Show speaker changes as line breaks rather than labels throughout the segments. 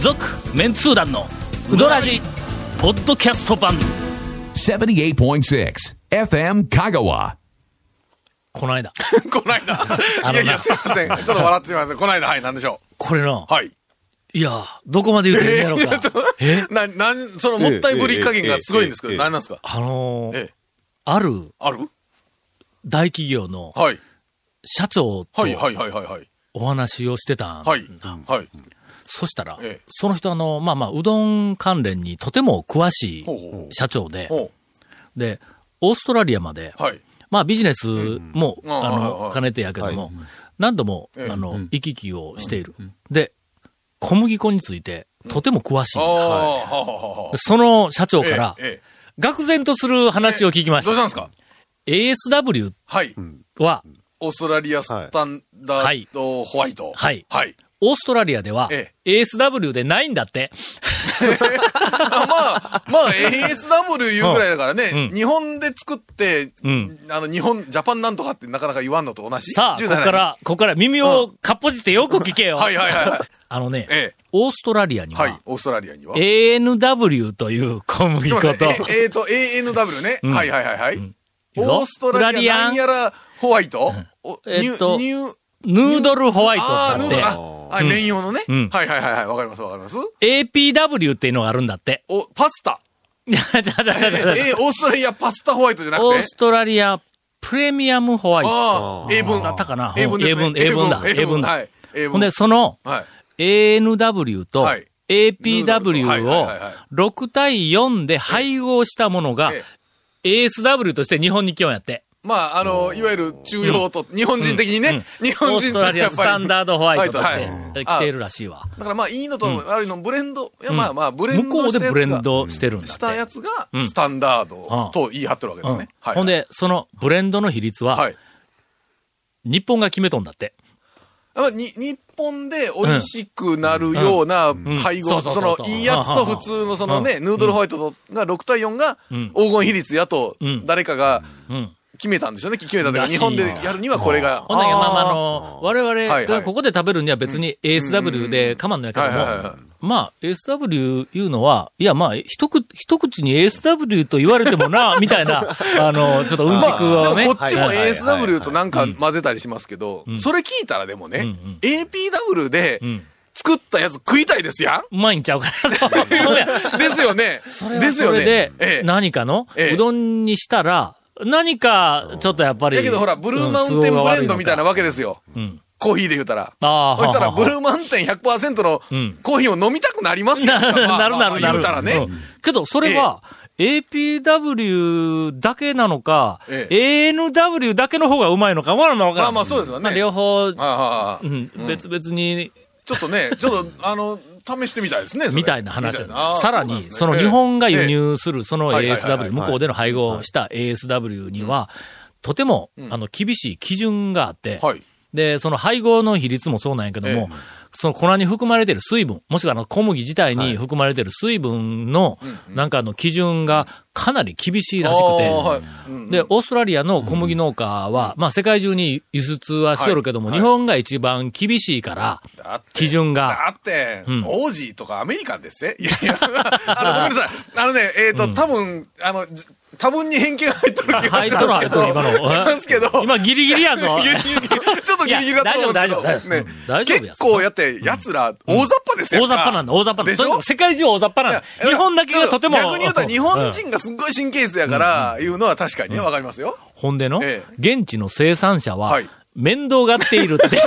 続メンツー団のウドラジポッドキャスト版
78.6 FM Kagawa.
この間。
こな いだ。
のない
やいや、すいません。ちょっと笑ってしまいました。こないだ、はい、なんでしょ
これな
う。。はい。
いや、どこまで言っていいんやろうか。え
な、なん、そのもったいぶり加減がすごいんですけど、何なんですか
あのー
ええ
ある
ある
大企業の
はい。
社長と
はい、はい、はい、はい、はい。
お話をしてたんだ。
はい。はい。
そしたら、
ええ
その人あの、まあまあ、うどん関連にとても詳しい
ほうほうほう
社長で、
ほ
で、オーストラリアまで、
う。はい。
まあビジネスも、
うん
あ
はいは
の、
い
兼ねてやけども、何度も、
ええ
あの、行き来をしている。で、小麦粉について、とても詳しい
あ
んだ、
あ、はあ、はあ、はあ
で。その社長から、
えええ
愕然とする話を聞きま
え
し。
どうしたたんですか
ASW
はい。
は、
オーストラリアスタンダードホワイト。
はい
はい。
オーストラリアでは
え、
ASW でないんだって。
あまあ、まあ、ASW 言うぐらいだからね
う、ん
日本で作って
うん、
あの、日本、ジャパンなんとかってなかなか言わんのと同じ。
さあ、こ
17
こから、ここから耳をかっぽじってよく聞けよ。
はいはいはいはい。
あのね、
え
オーストラリアに
え。
は、
はい。オーストラリアには。
ANW という小麦
ちょっ
粉
と
と、
待って ええーと、ANW ね。
ん
はいはいはいはい。
いくぞ
オーストラリアなんやらホワイトお
えーっと
ニュー、
ヌードルホワイト
ああー、ヌードル、
だっ
あ、あ連用のね
うん。
はいはいはいはい。わかりますわかります。
て、APW っていうのがあるんだ って。
お、パ スタ。
いやちゃちゃちゃちゃ
えー、オーストラリアパスタホワイトじゃな く
オー
て
ス。トラリアプレミアムホワイト。
ああ、英文。
だったかな
英文ですね
英文英文だ英文だ
はい。英
ほんで、
文。
その、
はい。
ANW と
はい
APW
はい
を
はいはい
6対4で配合したものが
え
ASW として日本に来ようやって。
まあ、あの、いわゆる中央と、日本人的にね、日
オ
本人
ーストラリアスタンダードホワイトとし
はい
て来ているらしいわ。
だからまあ、いいのと悪いの、ブレンド、いやまあまあ、ブレンド
向こう
した
で
やつが
ブレンドしてるんだ
したや
って。
つが
うん
スタンダー
あ
ド
あ
と言い張ってるわけです
うん
ね。はい
ほん、で、そのブレンドの比率は
はい。
日本が決めとんだって。
やっぱに日本で美味しくなるような配
う
合、
んそう
そ
そう
の
そう
いいやつと普通のそのね、ヌードルホワイトが6対4が
ん
黄金比率やと
ん
誰かが
うん。
決めたんでしょうね。決めたという
ら
か
しい
日本でやるにはこれが。
ほんだけど、まあまあ、あ
あ
の、我々
はいは
が
い
ここで食べるには別に ASW で構わんのやけども
はいはいはいは、
まあ、ASW いうのは、いやまあ、一口、一口に ASW と言われてもな、みたいな、 あの、ちょっとうんちく
ー
を
で
ね。
もこっちも
はいはい
ASW となんか混ぜたりしますけど、それ聞いたらでもね、APW で
ん
作ったやつ食いたいですや
う
ん
まいんちゃうかな と。そうや
ですよね。ですよ
それ
ね。
で
え、え
何かの、
ええ
うどんにしたら、何か、ちょっとやっぱり。
だけどほら、ブルーマウンテンブレンドみたいな
うん
わけですよ。
ん
コーヒーで言うたら。
ああ、
そしたら、ブル
ー
ーマウンテン100%の
ん
コーヒーを飲みたくなりますよ。
なる
まあ
なるな
まあ
るな
言
る。
うたらね。
うんけど、それは、APW だけなのか、
え
ANW だけの方がうまいのか、わからんわからん
まあまあそうですよね
まあ両方、
ああああ
うん別々に、
ちょっとね、ちょっと、あの、試してみたいですね。それ
みたいな話だ
みたいなああ
さら
うな
に、
んですね
その
ええ
日本が輸入する、その
はいはいはい
ASW、向こうでの配合をした ASW には、とても、あの、厳しい基準があって、
はい。
で、その配合の比率もそうなんやけども、その粉に含まれてる水分、もしくはあの小麦自体に含まれてる水分の、なんかあの基準がかなり厳しいらしくて、
ああはいうん
で、オーストラリアの小麦農家は、まあ世界中に輸出はしよるけども、日本が一番厳しいから、
だって
基準が。
だって、
ん
オージーとかアメリカンですね。いやいや、あの、ごめんなさい。あのね、えっ、と、多分、あの、じ多分に偏見が入っとる気が
入っ
し
とる
ま
入っ
すけ
と
ど。
る、今
な
の今
んですけど。。
ギリギリやぞ。
ギリギリちょっとギリギリだと思うんです
いや大
けど
丈夫大丈夫
ね
大丈夫や
結構やって、奴ら、大雑把ですよ。
大雑把なんだ、大雑把なんだ。
でし
とにか
ょ
く世界中大雑把なんだ。日本だけがとても。
逆に言うと、日
う
本
ん
人がすっごい神経質やから、いうのは確かにね、わかりますよ。
ほんでの、
ええ
現地の生産者は
はい、
面倒がっているって、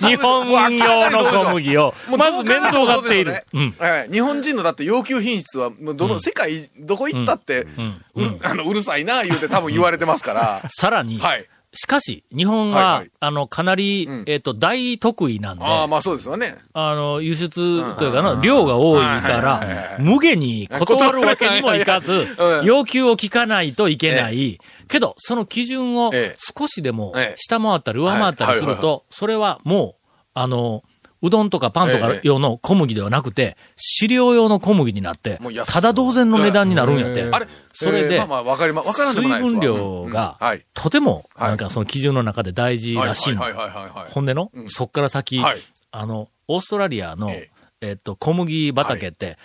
日
日
本用の小麦を、まず面倒がっている。うん。
日本人のだって要求品質は、もうどの、世界、どこ行ったって、うるあのうるさいな、言うて多分言われてますから。
さらに、
はい。
しかし、日本は、
はいはい
あの、かなり、
ん
えっ、と、大得意なんで、
ああ、
あ、
まあそうですよね。
の、輸出というかの、量が多いから、無下に断るわけにもいかず
う、ん
要求を聞かないといけない。けど、その基準を
ええ
少しでも
ええ
下回ったり上回ったりする
はいはいはい
と、それはもう、あの、うどんとかパンとか
ええ
用の小麦ではなくて、飼料用の小麦になって
もう、安い
ただ同然の値段になるんやって。
あれ
それで
えーまあまあ、わかりま、わからん
水
でもないです
分
わ
量が
うんうんはい。、
とても、
はい
なんかその基準の中で大事らしいの
はいはいはいはいはい。
ほんでの、
うん
そっから先、
はい
あの、オーストラリアの、
え
ええっと、小麦畑って、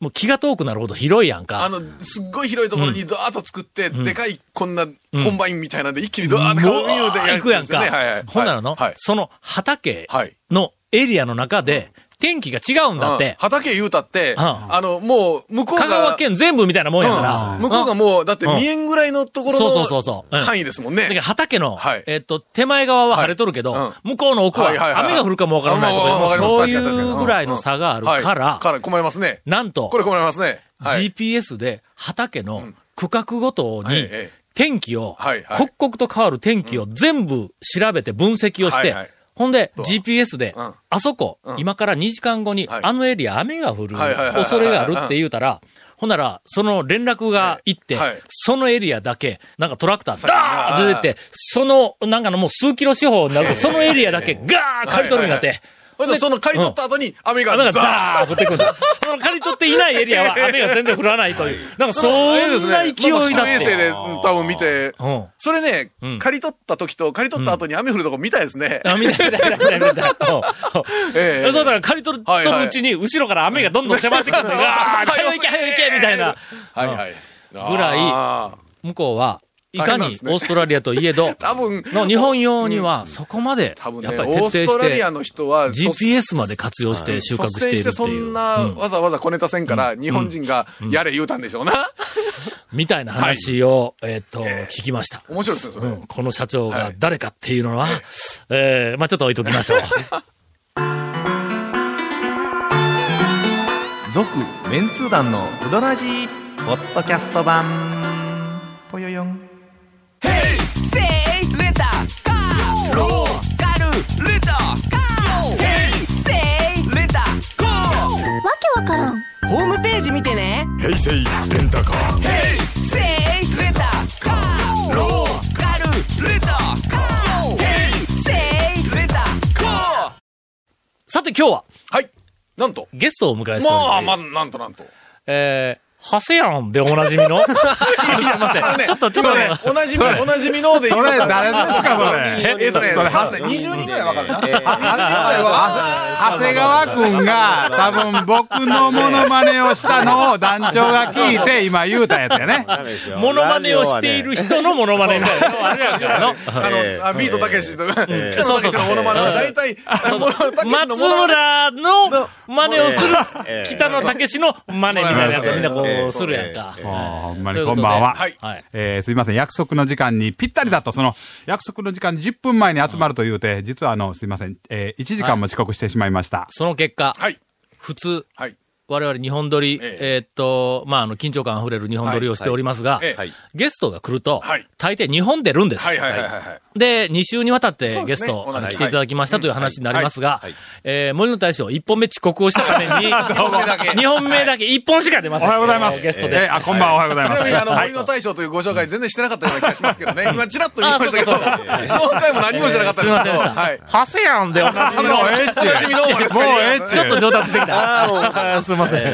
もう気が遠くなるほど広いやんか。
あの、すっごい広いところにドアーッと作って、でかいこんなコンバインみたいなんで、一気にドアーッとこういうのでや
行くやん
ですよ
か。
ねはいはいはい
ほんならの、
はい。
その畑
はい
のエリアの中で、天気が違うんだっ
うん
て、
畑言うたって、
うん
あの、もう、向こうが。
香川県全部みたいなもんやから。
うん向こうがもう、だって
うん
見えんぐらいのところ
そうそうそうそ
の
ううん
範囲ですもん
だから
ね。
畑の、
はい
えっと、手前側は晴れとるけど、
は
向こうの奥は
はいはいはい
雨が降るかもわからないとか、
あまあわかります
そう
確かに確かに
いうぐらいの差がある
はい
から、
から困りますね。
なんと
こ、れ困りますね。はい。
GPS で畑の区画ごと
はい
に
ええ、
天気を、
はいはい
刻々と変わる天気を全部調べて分析をし
はいは
て
い、
ほんで
どう
GPS で
うん、
あそこ、今から2時間後に、
はい
あのエリア雨が降る
はいはいはいはい
恐れがあるって言うたら、ほんなら、その連絡が行って
はいはい、
そのエリアだけ、なんかトラクター
さ
さ、
っき
ガーって出て、その、なんかのもう数キロ四方になると、そのエリアだけガー刈り取るようになっ
はい
て、
ほんで、その刈り取った後に雨が
雨が
ザーッ
ザーッ降ってくるんだ。その刈り取っていないエリアは雨が全然降らないという。なんかそんな勢い
まあまあ
に
気
な
象
っ
衛星
て。
でうん多分見て
うん、
それね
うん、
刈り取った時と刈り取った後に雨降るとこ見たいですね。
あ、みたいな、みたいな、みたいな。うん
え
そうだから刈り取る、
はいはい
取るうちに、後ろから雨がどんどん迫ってくるんで、うわー、早く行け、早く行け、みたいな。
はいはい。
ぐらい
あー
向こうは、いか
大
にオ
変なんですね
ーストラリアといえど、
多分、
の日本用には、そこまで
多分、ね、
や
オ
っぱり徹底
ースト
し
ラリ
て
ア、の人は、
GPS まで活用して収穫し
率先
ているって
そ
い
ん
う、
なわざわざ小ネタせんから、日本人がやれ言うたんでしょうな。
みたいな話を、えっと、聞きました。
面白いですね、それ。
うんこの社長
は
が
い
誰かっていうのは、えーまあちょっと置いときましょう。
続メンツー団のウドラジーポッドキャスト版ぽよよん
せいレタカーローカルレタカーヘイせいレタカー
わけわからん
ホームページ見てねヘイセイレンタカーヘイセイレンタカーローカルレタカーヘイセイレンタカー
さて今日は
はい。なんと。
ゲストをお迎えしており
ま
ま
あ、
す。
まあ、なんとなんと。
えー、ハセヤンでおなじみのすいません。ちょっと、ちょっと、
今ね、おなじみ、おなじみので言う
それ
た
誰ですかそれ
えっとね、
それは
20人ぐらいわかるな。20人ぐらいは。
長谷川くんが多分僕のモノマネをしたのを団長が聞いて今言うたやつやね。
モノマネをしている人のモノマネみたいなのあるやんからの。
あの、あビートたけしとか、北野たけしのモノマネは大体、あのモノたけし
松
のモノマネ。
村の真似をする、北野武の真似みたいなやつをみんなこうするやんか。
あーほんま
とい
に
うこで
ことんばんは。
はい
はい。
えーすいません、約束の時間にぴったりだと、その、約束の時間に10分前に集まるというて、実はあの、すいません、えー1時間も遅刻してしまいました。
その結果、
はい。
普通、
はい。
我々日本撮り、
え
えーっと、まあ、あの、緊張感あふれる日本撮りをしておりますが、
はいはいえ
ゲストが来ると、
はい
大抵日本出るんです。
はいはいはいはい。
で、2週にわたっ
そ
て
う
ゲ
で
ス
すね
ト、あの
同じ
来ていただきましたという話になりますが、えー森の大将、1本目遅刻をしたために、
本目だけ
2本目だけ1本しか出ま
お
せん。
はようございます。
えーゲストで。
えーあ、こんばんはおはようござい
ち
ま
なみ
す。
に、あの、
はい
森の大将というご紹介全然してなかったような気がしますけどね。今、ちらっと言いましたけど、
あそうか
今回も何もしてなかった
すい
です
ませんで
けど、
した。
はい。
ハセヤンでおなじみの
もうええっちゅ
おなじみの方です
もう
か
ええっちゅ
ちょっと上達してき た。すいません。え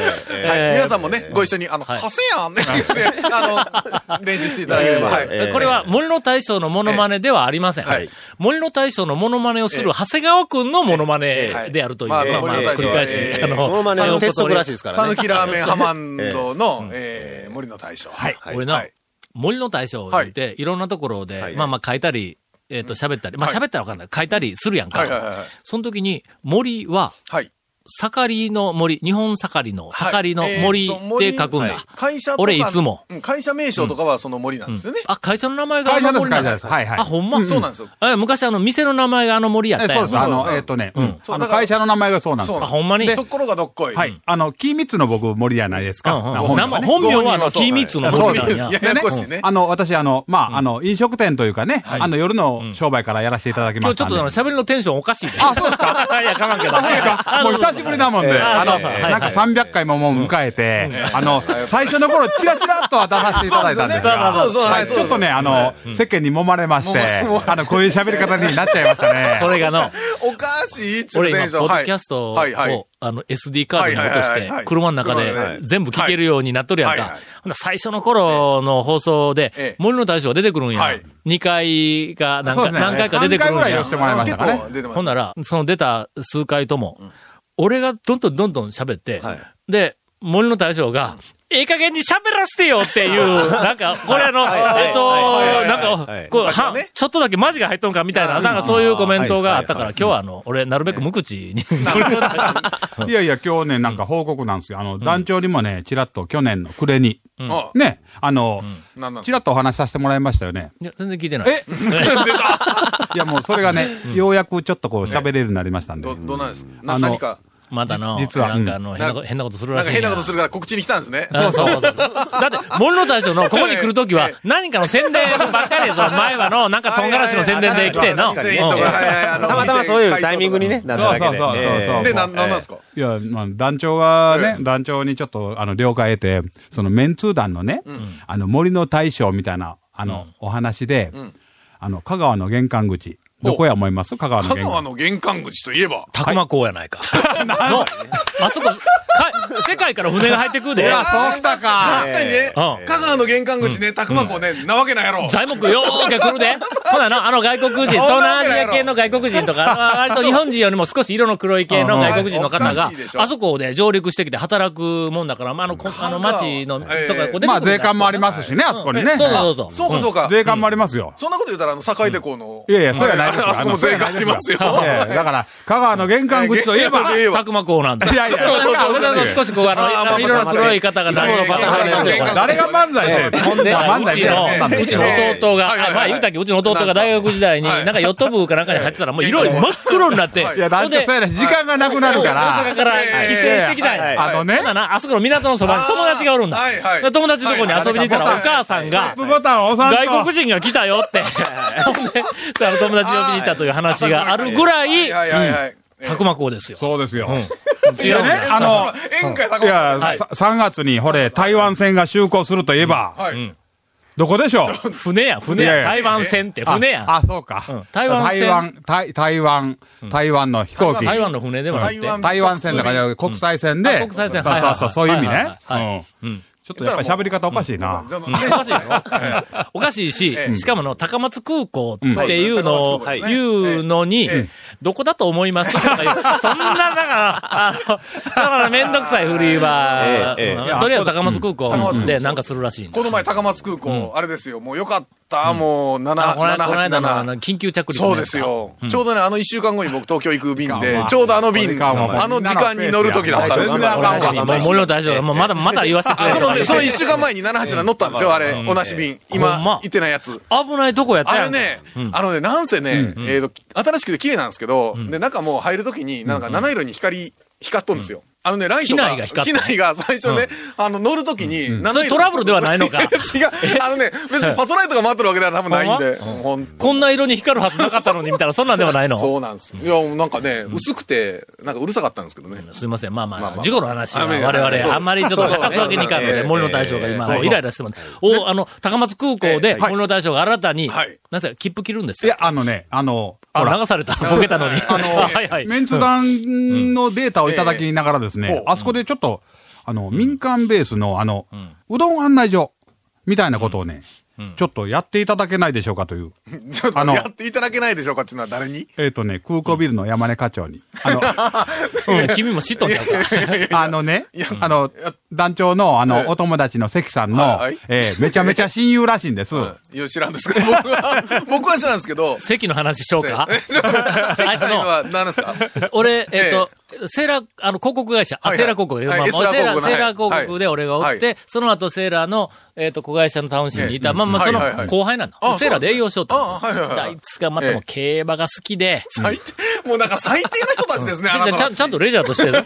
ー
皆さんもね、ご一緒に、あの、
い
ハセやん ね、ってあの、練習していただければ。はい
えーこれは森の大将のモノマネではありません。森の大将のモノマネをする長谷川くんのモノマネであるという、
まあまあ
まあ
森の大
繰
将
り返し、
えー
あの、
モノマネの鉄則らしいですから
さ
ね
ぬ。きラーメンハマンドの、えー森の大将。はい。
俺な、
はい
森の大将って、い、ろんなところで、まあまあ書いたり、えっ、と、喋ったり、まあ
はい
喋ったらわかんない。書いたりするやんか。
はいはいはいはい
その時に、森は、
はい。
盛りの森、日本盛りの盛りの森
はいえーと
で書くんだ。
森会社とか
俺いつも。
うん会社名称とかはその森なんですよね。
あ、会社の名前があの森なんだ
会社です会社ですはいはい
あ、ほんま、
うんそうなんですよ
え昔あの、店の名前があの森やった
え
やん
そうです。あの
そ、う
えーっとね、うん
そう
あの
だから
会社の名前がそうなんです
そう
よ
な
あ、ほんまに。
でところがどっこい。
は
うん。
い。あの、キーミツの僕、森やないですか。
うんうん
あ本名はね
生本名はあの、
ご本人はそう
キーミッツの
そ
森
うで
な
す
んや。
ややこしいね。
あの、私、あの、まあ、あの、飲食店というかね、あの、夜の商売からやらせていただき
今
ま
日
し
ちょ
た
っ
ん
と
で。
あの喋りのテンションおかしいね。あ、そうですか いや、かまんけど。そうですか
もう久しぶりだもんで、
あ
あ
そ
の、
うそうはい
なんか300回ももう迎えて、あの、最初の頃、チラチラっとは出させていただいたんですが、
そうそうそう
はい
そうそう
ちょっとね、あの、世間に揉まれまして、あの、こういう喋り方になっちゃいましたね。
それがの、
おかしいちゅう
俺今
テン、ション
ポッ
は
ド
い
キャストを、
はいはい。
あの、SD カードに落とし
はいは
て
いはいは、い
車の中
車の中
で
で
全部聞けるようになっとるやんか。
はいはい
ほんなら最初の頃の放送
え
で
え、
森の大将が出てくるんや。
はい
2回が何
そう
回
ですね。
何回か出てく
3回
る
ぐ
ん
らい
や
寄せ。てもらいましたかね。
結構出てます。
ほんなら、その出た数回とも、俺がどんどんどんどん喋って、
はい
で、森の大将が、ええ加減に喋らせてよっていう、なんか、これあの、
はい
えっと
はい、
なん
はいは
か
い、
こう、
昔は
は
ね、
ちょっとだけマジが入っとんかみたいな、なんかそういうコメントがあったか
は
ら、今日はあの、俺、なるべく無口に。
いやいや、今日ね、なんか報告なんですよ。あの、団長にもね、ちらっと去年の暮れに、
あ
ね、あの、
なんなん
ちらっとお話しさせてもらいましたよね。
いや全然聞いてない。
え いや、もうそれがね、ようやくちょっとこう喋れるようになりましたんで
ど、。どうなんですな
あの
何か、
またの、
実は
なんかあの、変なこ
う
と
ん
変なことするら
なん
し
か
い。
変なことするから告知に来たんですね。
うんそうそうそう。だって、森の大将のここに来るときは
ええ、
何かの宣伝ばっかりで、その前はの、なんか唐辛子の宣伝で来ての。
はいはいはい
うん
はい
たまたまそういうタイミングにね、なっただけで。
そうそうそうそう
ええ
で、な、なんなんですか
いや、まあ、団長はね、
ええ
団長にちょっと、あの、了解得て、そのメンツー団のね、あの、森の大将みたいな、あの、お話で、あの、香川の玄関口、どこや思います香川の
香
玄
川
関
の玄関口といえば、
たくま港やないか。 の、あそこ、か世界から船が入ってくるで。
そうきたか
確かにね、
うん
香川の玄関口ね、たくまこね、なわけないやろ。
材木よーけ来るで。ほなな、あの外国人、東南アジア系の外国人とか、あの割と日本人よりも少し色の黒い系の外国人の方
おか
が
しいでし、ょ
あそこで上陸してきて働くもんだから、まあ、あの、こあの町の、とか、こう出てくるんだ
まあ、税関もありますしね、あそこにね。
そうそうそう。
そうかそうか。
税関もありますよ。
そんなこと言ったら、あの、堺でこうの。
いやいや、そうやないですよ
ああそこも税関ありますよ。
いやいやだから、香川の玄関口といえば、
ええわ
たくま港なんだ。
いやいや、
そうそうそう
俺らの少しこう、あの、
あーまあまあ
色の黒い方が何のパターンなんですよ、これ。
誰が漫才で、そんな漫
う
才
ち
でやったんだ
の、
よ
うちの弟が、あ
はいはいはい
まあ言うたっけ、うちの弟が大学時代に、
はい
なんかヨット部かなんかに入ってたら、もう色
はい
真っ黒になって、
はい
いや、団長、そうやなし、時間がなくなるか
大
ら
阪。から帰省してきたん
はい
や。
あのね
ほん、ならあそこの港のそばに友達がおるんだ。
はいはい
で友達のとこに遊びに行った
はい
ら、お
はい
母さんが、
ボタンを押さんと
外国人が来たよって、 ほんで、あの友達呼びに行ったという話があるぐら、
はいはいいはいはい。
たくま港ですよ。
そうですよ。
違うん
ね
だ。
あの、
宴会
い
堺。
や、
はい
さ3月に、ほれ、台湾戦が就航するといえば、
はい。
どこでしょう
船や、船
いやい
や、
や
台湾船って船や。
あ、あそうか。
うん台湾戦
台湾、台台湾、台湾の飛行機。
台湾の船ではなくて。
台湾戦だから、国際線
あ
で。
国際線
そうそうそう、そういう意味
はい
ね
は。いはいは
うんちょっとやっぱり喋り方おかしいな。
じゃあ
うんおかし いよ。おかしいし、しかもあの、高松空港っていうのを
うんはい
言うのに
ええ、
どこだと思いますとか言う。 そんな、だから、あの、だからめんどくさいフリーは、
ええ
え
うんとりあえず高松空港
高松空港
でなんかするらしいんだ
この前、高松空港、あれですよ。もうよかった、もう、7、
あこの間この間のあ
787
の。緊急着陸の
そう
や
で
つ
す
か。
よ。ちょうどね、あの1週間後に僕東京行く便
い
で
や、
ちょうどあの
これ
便、
かも
あの時間に乗る時だったんですよ。
全然あかんわ
もう森の大将が、もうまだまだ言わせてくれ
その
よ
ね、その1週間前に787乗ったんですよ、あれ。同じ便。
ほんま
今、行ってないやつ。
危ないとこやった
あ
や
れ
んか。
ね、あのね、なんせね、えっと、新しくて綺麗なんですけど、で、中もう入るときに、なんか七色に光、光っとんですよ。あのね、ライトが、
機内が光っ
機
と
内が最初ね、あの、乗るときに、
そ
七
れ
色。
トラブルではないのか
違う。あのね、別にパトライトが待ってるわけでは多分ないんで。ほん
こんな色に光るはずなかったのに、みたいな、そんなんではないの。
そうなんですよ。いや、なんかね、薄くて、なんかうるさかったんですけどね。
すいません。まあまあ、
まあまあ
事故の話は
あまあ
我
そう
々、あんまりちょっと探すわけにいかんの
そう
で、
そう
森の大将が今、
ええ
もうイライラしてます。お、あの、高松空港
え
で
え
森の大将が新たに、
はい
なぜか切符切るんです
い
よ
や。、あのね、あの、ほ
あ、
ら、
流された。ボケたのに。あの、はいはい。
メンツ団のデータをいただきながらです
うん
ね
ほ、う
あそこでちょっと、あの、民間ベースの、あの、うどん案内所、みたいなことをね、ちょっとやっていただけないでしょうかという。
ちょっと
あの
やっていただけないでしょうかっていうのは誰に
えっとね、空港ビルの山根課長に。あ の、
君も知っとんちゃうか。
あのね、あの、団長の、あ
ええ
の、お友達の関さんの
はいはい、
えーめちゃめちゃ親友らしいんです。
いや、知らんですけど、僕は、 僕は知らんですけど、
席の話しようか。
関さん今
あ
は 何ですか
の、俺、えっと、セーラー、あの、広告会社、あ、
はいはい
セーラー広告、
はい
まあまあ
エ
セ
スラー
ーラ
広
ー、
告の
セーラー
はい
広告で俺がおっ
は
て、その後セーラーの、えっと、子会社のタウン市にいた、まあまあ、その
はいはいはい
後輩なんだ
あ。
セーラーで営業しようと思って。
あはいはいはい
だいつがまたもう競馬が好きで、
最低、もうなんか最低な人たちですね、あな
ち
た
ゃんちゃんとレジャーとしてる。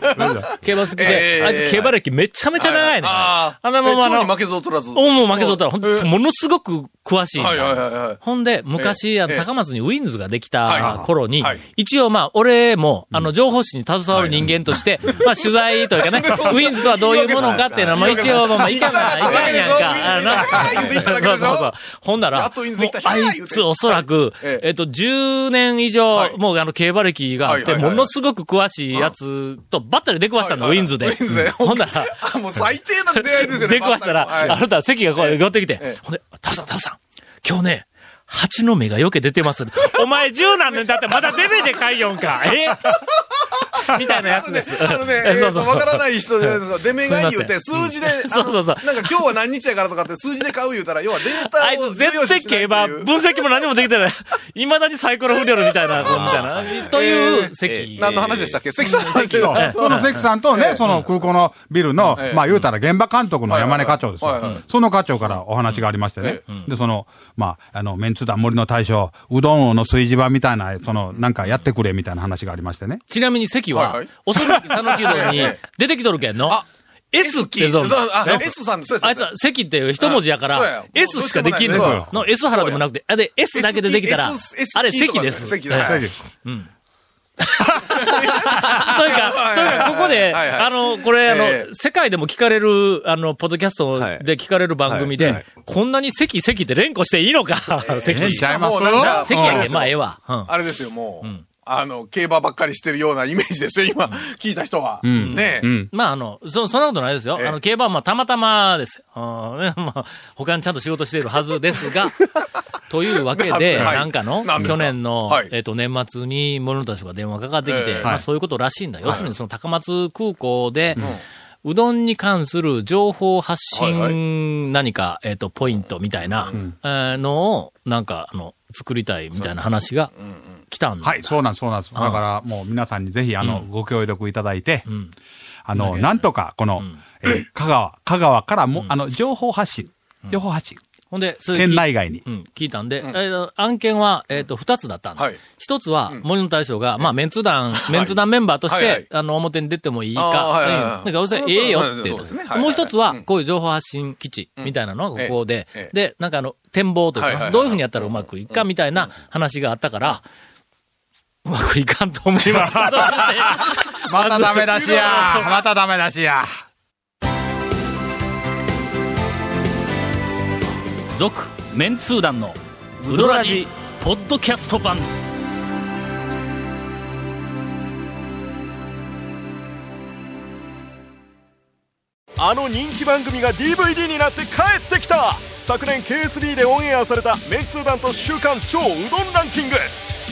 競馬好きで、
ええ
あいつ競馬歴めちゃめちゃ長いね。
ああ
あのまま
蝶
あ
に
の
負、けず劣らず。
おもう負けそうったら、ほん
え
とものすごく詳しいんだ。
はいはいはいはい。
ほんで、昔、あ
え
の、
え
高松にウィンズができ
は
た
い
頃に
はい、
一応まあ、俺も、あの、情報誌に携わる人間として、まあ、取材というか ね、ウィンズとはどういうものかっていうのは、まあ、一応、まあ、いかんない、いかんやんか。あの
言っていただけでし
そ
ょ
うそうそうほんな
や
ら
っ、とウィンズできた
もうあいつおそらく
え、え
えっと、10年以上
はい、
もうあの、競馬歴があって、
はいはいは
も
い
のすごく詳しいやつと、ばったり出くわしたの、ウ
はい
ィ
はい
ンズで。
ウィンズで
ほんなら、
あ、もう最低な出会いですよね。
出くわしたら、
はい
あなた席がこう、寄ってきて、
ええ。
ほんで、タフさん、タフさん、今日ね、蜂の目がよけ出てます。お前十何年経ってまだデベでかいよんか。えみたいなやつです
あのね、え
そう
ーと
そう
わからない人じゃないですか。出目がいい言う て、
すい
数
ま
字で、
せん
あの
そうそうそう
なんか今日は何日やからとかって数字で買う言うたら、要はデータ
あい
を
つ
重要
絶
視
対
し
競
ないって
馬、
いう。
分析も何もできてない。いまだにサイコロ振りよるみたいな、こうみたいな。という席。
何の話でしたっけ関さんですけど。
そうその関さんとね、その空港のビルの
ええ、
まあ言うたら現場監督の山根課長ですよ
はいはいはいはい。
その課長からお話がありましてね
え。
で、その、まあ、あの、メンツ団森の大将、うどん王の炊事場みたいな、その、なんかやってくれみたいな話がありましてね。
ちなみに席
はいは、
はい恐るべき讃岐うどんに
ええ
出てきとるけんの
あ。
S って
そ
ど
う
う
あ
ね
S さんですそうです
あいつは席っていう一文字やか
あそうや
ら
も、う
S しかできんの
どうし
ようもない
よ。の S 原でもなくて、あで、S だけでできたら
S S、
あれ
S
席です。
席
はい
だ。
というか、というか、ここで、
はいはい
あの、これ、あの、
ええ
世界でも聞かれる、あの、ポッドキャスト
はい
で聞かれる番組で、
はいはい
こんなに席席って連呼していいのか、席。
ええちゃいます
もうなんか
席
あれ
や
で
けん、
す
ま
よ
あ、ええわ。うん
あれですよ、もう。あの、競馬ばっかりしてるようなイメージですよ、今、 聞いた人は。ねえ。
まあ、あの、そ、そんなことないですよ。
ええ
あの、競馬は、まあ、たまたまです。うんね まあ、他にちゃんと仕事しているはずです が、というわけで、
はい
なんかの、
何です
去
か
年の、
はい
えっ、と、年末に、モノたちが電話かかってきて、
ええ
まあ、
はい
そういうことらしいんだ。要するに、その、高松空港で、うどんに関する情報発信、
はいは
何か、えっ、と、ポイントみたいな、えーのを、なんか、あの、作りたいみたいな話が来たんだ。
はい、そうなんです、そうなんです。だから、もう皆さんにぜひ、あの、ご協力いただいて、あの、なんとか、この、えー香川、香川からも、あの、情報発信、情報発信、
ほんで、それ聞い
県内外に
う。ん、聞いたんで、えー案件は、えっ、と、二つだったんで
はい
一つは、森の大将が、まあ、メンツ団、メンツ団メンバーとして、
はいはい
あの、表に出てもいい
あーはいはいはい
か、うん。なんか、要するに、ええよって言
そうう
と
ですねはいはいはい
もう一つ
う
は
ん、
こういう情報発信基地みたいなのがここで、
ええええ
で、なんかあの、展望というか、
はいはいはい
どういうふうにやったらうまくいくかみたいな話があったから、うまくいかんと思い ますけど、
またダメ出し やまたダメ出しや
続メンツー団のウドラジポッドキャスト版
あの人気番組が DVD になって帰ってきた昨年 KSB でオンエアされた「メンツー団と週刊超うどんランキング」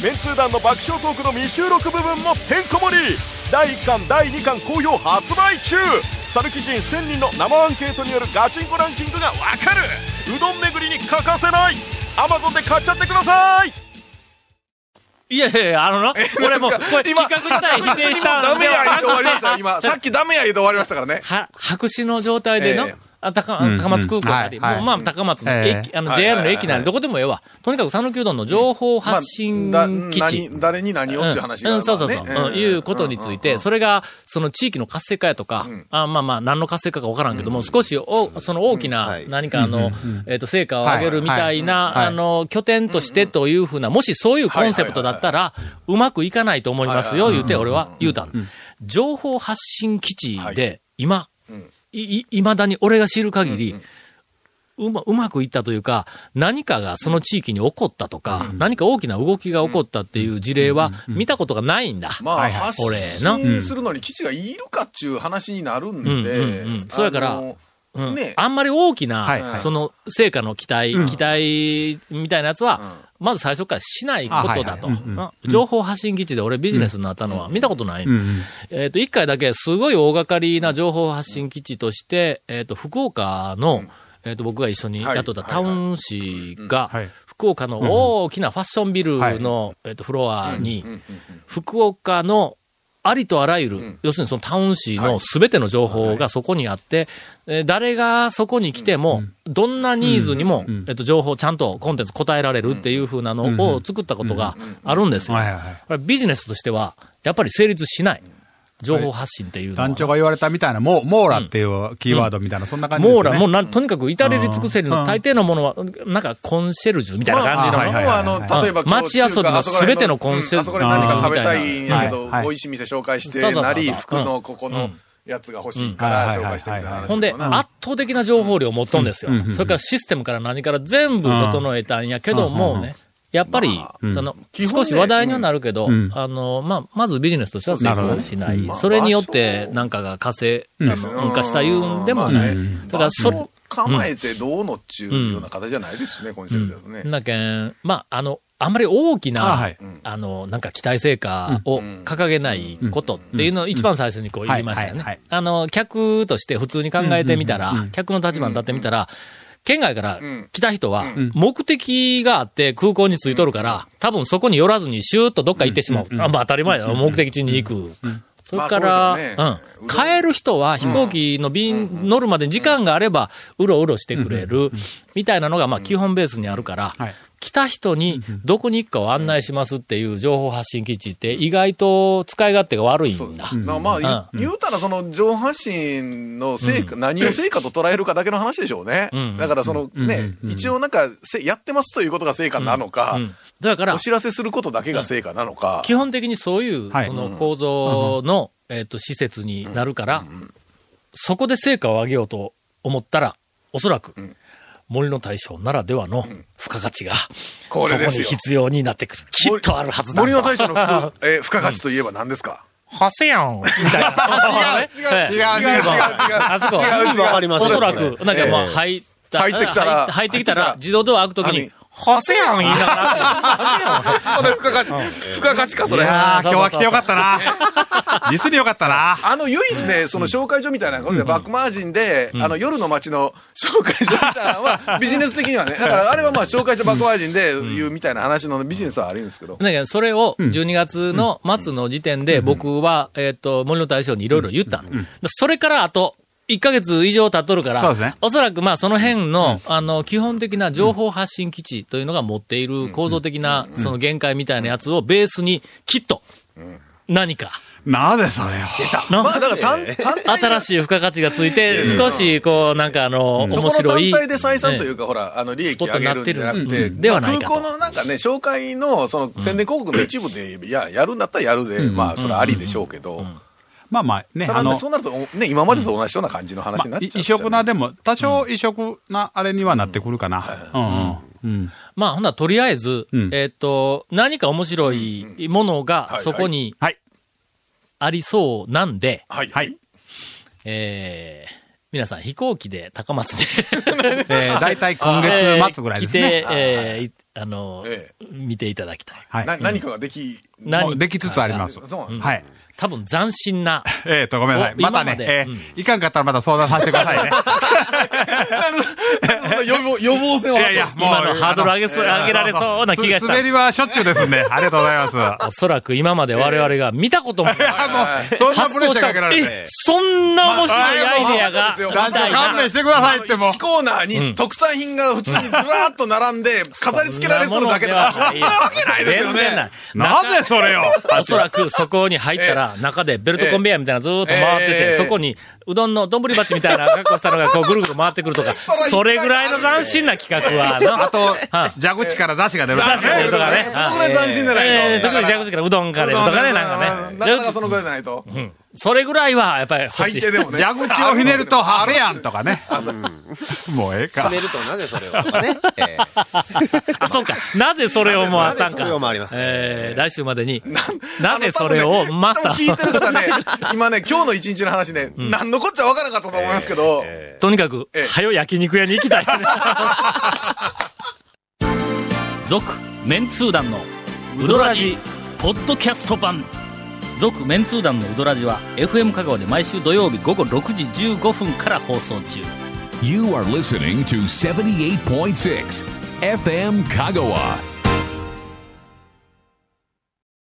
メンツー団の爆笑トークの未収録部分もてんこ盛り第1巻第2巻好評発売中サルキ人1000人の生アンケートによるガチンコランキングがわかるうどん巡りに欠かせない Amazon で買っちゃってください
いやいやいや、あのな、これもう、これ企
今、
画自体否
確実
定し
にもう
た
ダメや言うて終わりました、
なくて
今。さっきダメや言うて終わりましたからね。
は、白紙の状態での、
ええ
あ高高松空港なり、
うんはい
もうまあ高松の
え
駅、
え
あの
はい
JR の駅な
はいはいは
り、
い
どこでもええわ。とにかく讃岐うどんの情報発信
まあだ
基地。
何誰に何をっていう話があ
う
る
ん、そう
か
そ
ら
う
ね。
そう、うんいうことについて、それが、その地域の活性化やとか、あまあまあ、何の活性化かわからんけども、少しお、その大きな、何かあの、えっ、と、成果を上げるみたいな、
はいはいはい
あの、拠点としてというふうな、もしそういうコンセプトだったら、うまくいかないと思いますよ、言うて、俺は言うたの、情報発信基地で、今、い、い、いまだに俺が知る限り、うま、うまくいったというか、何かがその地域に起こったとか、何か大きな動きが起こったっていう事例は見たことがないんだ。
まあ、発
俺な
信するのに基地がいるかっちゅう話になるんで
うんうんうん。そうやから
あの
うん
ね
あんまり大きな、
はい
その成果の期待、期待みたいなやつは、まず最初からしないことだと。
あはいはいうんうん
あ情報発信基地で俺ビジネスになったのは見たことない。
うんうん
えっ、と、一回だけすごい大掛かりな情報発信基地として、えっ、と、福岡の、えっと僕が一緒に雇ったタウン市が
はいはいうんはい、
福岡の大きなファッションビルの、えっとフロアに、福岡のありとあらゆる、要するにそのタウン市のすべての情報がそこにあって、えー誰がそこに来ても、どんなニーズにも、えっと、情報ちゃんとコンテンツ答えられるっていうふうなのを作ったことがあるんですよ。
はいはいはい
これビジネスとしては、やっぱり成立しない。情報発信っていうのは。
団長が言われたみたいな、もう、網羅っていうキーワードみたいな、そんな感じです
もう
よね。
ら、もうな、とにかく至れり尽くせり
う
の、
ん
大抵のものは、なんかコンシェルジュみたいな感じの。
まあはいはいはい
あの、例えば、
うん町遊びの全てのコンセプト
あそこで何か食べたいんやけ
うん
ど
はいは、い
美味しい店紹介し
そう
て
そうそう
な
う
り、
ん
服のここのやつが欲しいから紹介してみたいな話
ほんで、
かな
圧倒的な情報量を持っとんですよ。それからシステムから何から全部整えたんやけどもね、やっぱり、あの、
基本ね
少し話題にはなるけど、あの、まあ、まずビジネスとしては成功しない。それによって、なんかが稼い、あの文化したいうんでもない。だから、そ
そ
れ、
う構えてどうのっちゅうような形じゃないですね、今週だとね。
だけん、まあ、あの、あんまり大きな、
あ
あ
はい
の、なんか期待成果を掲げないことっていうのを一番最初にこう言いましたよ
はいはい
ね
はい。
あの、客として普通に考えてみたら、客の立場に立ってみたら、県外から来た人は、目的があって空港に着いとるから、多分そこに寄らずにシューッとどっか行ってしまう。あまあ当たり前だよ。目的地に行く。それか
ま
ら、
あそうですよね
うん。帰る人は飛行機の便乗るまで時間があれば、うろうろしてくれる、みたいなのが、まあ基本ベースにあるから
はい、
来た人にどこに行くかを案内しますっていう情報発信基地って意外と使い勝手が悪いんだ。
なまあ、い言うたらその上半身の成果、何を成果と捉えるかだけの話でしょうね。
ん
だからそのね、一応なんかせやってますということが成果なのか、
うん。だから
お、知らせすることだけが成果なのか。
基本的にそういう、
はい
その構造の、えっと、施設になるから、そこで成果を上げようと思ったら、おそらく、森の大将ならではの付加価値が、
こ
そ
れ
こ
で
に
すよ。
必要になってくる。きっとあるはずだ。
森の大将の 服、えー付加価値といえば何ですか
星やんみた いな。違う違う違う。
違う違う違う。
あそこ。
違う違う。
わかりま
お
せん
そらく、なんかまあ、
ええ
入った、
入ってきたら
入入ってきた
入ってきたら
ら、自動ドア開くとき
あ
に
の、
星やん言いながら。
それ付加価値。付加価値か、それ。
やー
今日は来てよかったな。 実によかったな。
あの、唯一ね、その紹介所みたいなことで、バックマージンで、あの、夜の街の紹介所みたいな のは、ビジネス的にはね、だから、あれはまあ、紹介所バックマージンで言うみたいな話のビジネスはあるんですけど。
なんか、それを12月の末の時点で僕は、えっと、森の大将にいろいろ言ったの。だからそれからあと、1ヶ月以上経っとるか
そうです
ら
ね、
おそらくまあその辺の、あの、基本的な情報発信基地というのが持っている構造的な、その限界みたいなやつをベースに、きっと、何か、
なぜそれを。
なん
まあ、だから単、単体で
新しい付加価値がついて、少し、こう、なんかあの、
そこ
面
の
白い。。
単体で採算といううか、ほら、あの、利益上げるんじゃなく
スポットになって
て、
るうんでは
ま
な
あ
いか
空
と
港のなんかね、紹介の、その、宣伝広告の一部で、いや、やるんだったらやるで、まあ、それありでしょうけど、
まあまあね、
ただ
あ
ね、
の、
そうなると、ね、今までと同じような感じの話に
ま
な
あ
っちゃ。
いう異色な、でも、多少異色なあれにはなってくるかな。うんうん。うん
まあ、ほんならとりあえず、
うん
えっ、と、何か面白いものが
い
そこに
はい。
ありそうなんで、
はい。
はい。
えー、皆さん飛行機で高松で
えー大体今月末ぐらいですね。
来て、えーいあの、
え
見ていただきたい。
はい。
な何かができ、
何
もうできつつあります。
そうなんです
はい。
多分斬新な。
えーと、ごめんなさい。
お
また
今ま
ね、
で
えーいかんかったらまた相談させてくださ いね。
予防、予防線はい
やいや、もう。
今のハードル上げそう
あの
上げられそうな気がした
す滑りはしょっちゅうですんで、ありがとうござ います。
おそらく今まで我々が見たこともない。
あ、もう、そんなプレッシャーかけられ
え
て。
そんな面白いアイデアが。
まさかですよ
勘弁してくださいってもう
1。コーナーに特産品が普通にずらーっと並んで、飾り付けられとるだけとか、そんなわけないですよね。
全然ない。
なぜそ れを
おそらくそこに入ったら、中でベルトコンベヤーみたいなのずーっと回って
え
て、
え
そこにうどんの丼鉢みたいな格好したのがこうぐるぐる回ってくるとか、それぐらいの斬新な企画は、な
あと
はい、
蛇口から出汁が出る。
出汁が出るとかね。
そのぐらい斬新じゃないと
ええ特に蛇口からうどんカレーとかね、なんか
なかなか
ね。
そのぐらいじゃないと。
それぐらいは、やっぱり欲
最
しい。
低でもね。
蛇口をひねると、ハセやんとかね。もうええか
詰。めるとなぜそれをとかね。えー
あ、そうか。なぜそれをもあったん
なぜそれをもあ
か
りま。すね
ええ来週までに、
あ
な
の
ぜそれをマスタ
多分聞い
ー。
てる方ね、今ね、今日の一日の話ね、何のこっちゃわからなかったと思いますけど、
とにかく
ええ、
はよ焼肉屋に行 きたい。
続メンツー団のウドラジポッドキャスト版続メンツー団のウドラジは FM 香川で毎週土曜日午後6時15分から放送中
You are listening to 78.6 FM Kagawa.